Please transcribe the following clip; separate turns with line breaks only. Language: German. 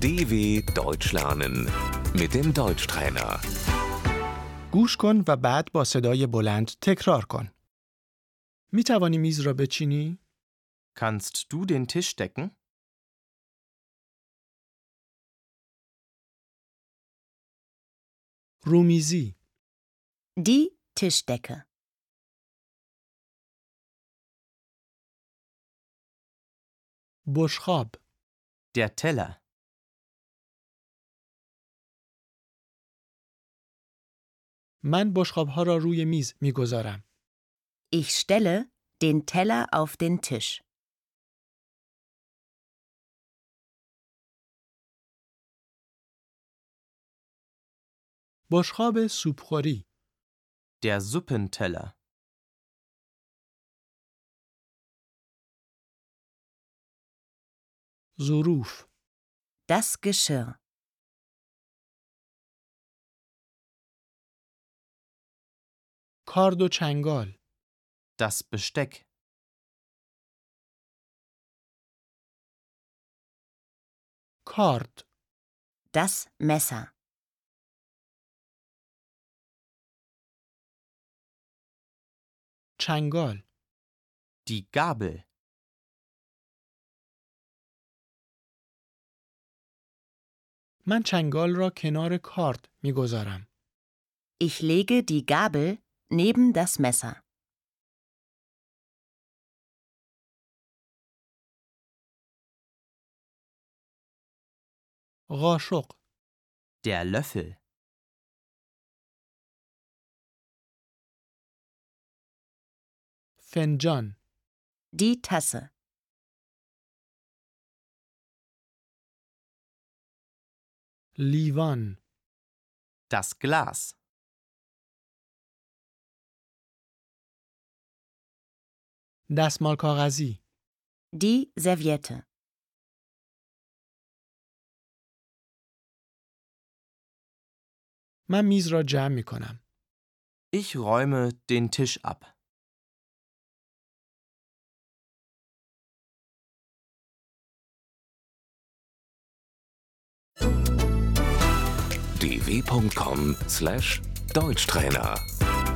DW Deutsch lernen mit dem Deutschtrainer.
گوش کن و بعد با صدای بلند تکرار کن. می توانی میز را بچینی؟
Kannst du den Tisch decken?
رومیزی،
Die Tischdecke.
بشخاب،
Der Teller.
من بشخاب ها را روی میز می گذارم.
Ich stelle den Teller auf den Tisch.
بشخاب سوپخوری،
Der Suppenteller.
ظروف،
Das Geschirr.
کارد و چنگال،
Das Besteck.
کارد،
Das Messer.
چنگال،
Die Gabel.
من چنگال را کنار کارد می گذارم.
Ich lege die Gabel neben das Messer.
قاشق،
Der Löffel.
فنجان،
Die Tasse.
لیوان،
Das Glas.
دستمال کاغذی،
Die Serviette.
من میز را جمع می کنم.
Ich räume den Tisch ab.
dw.com/deutschtrainer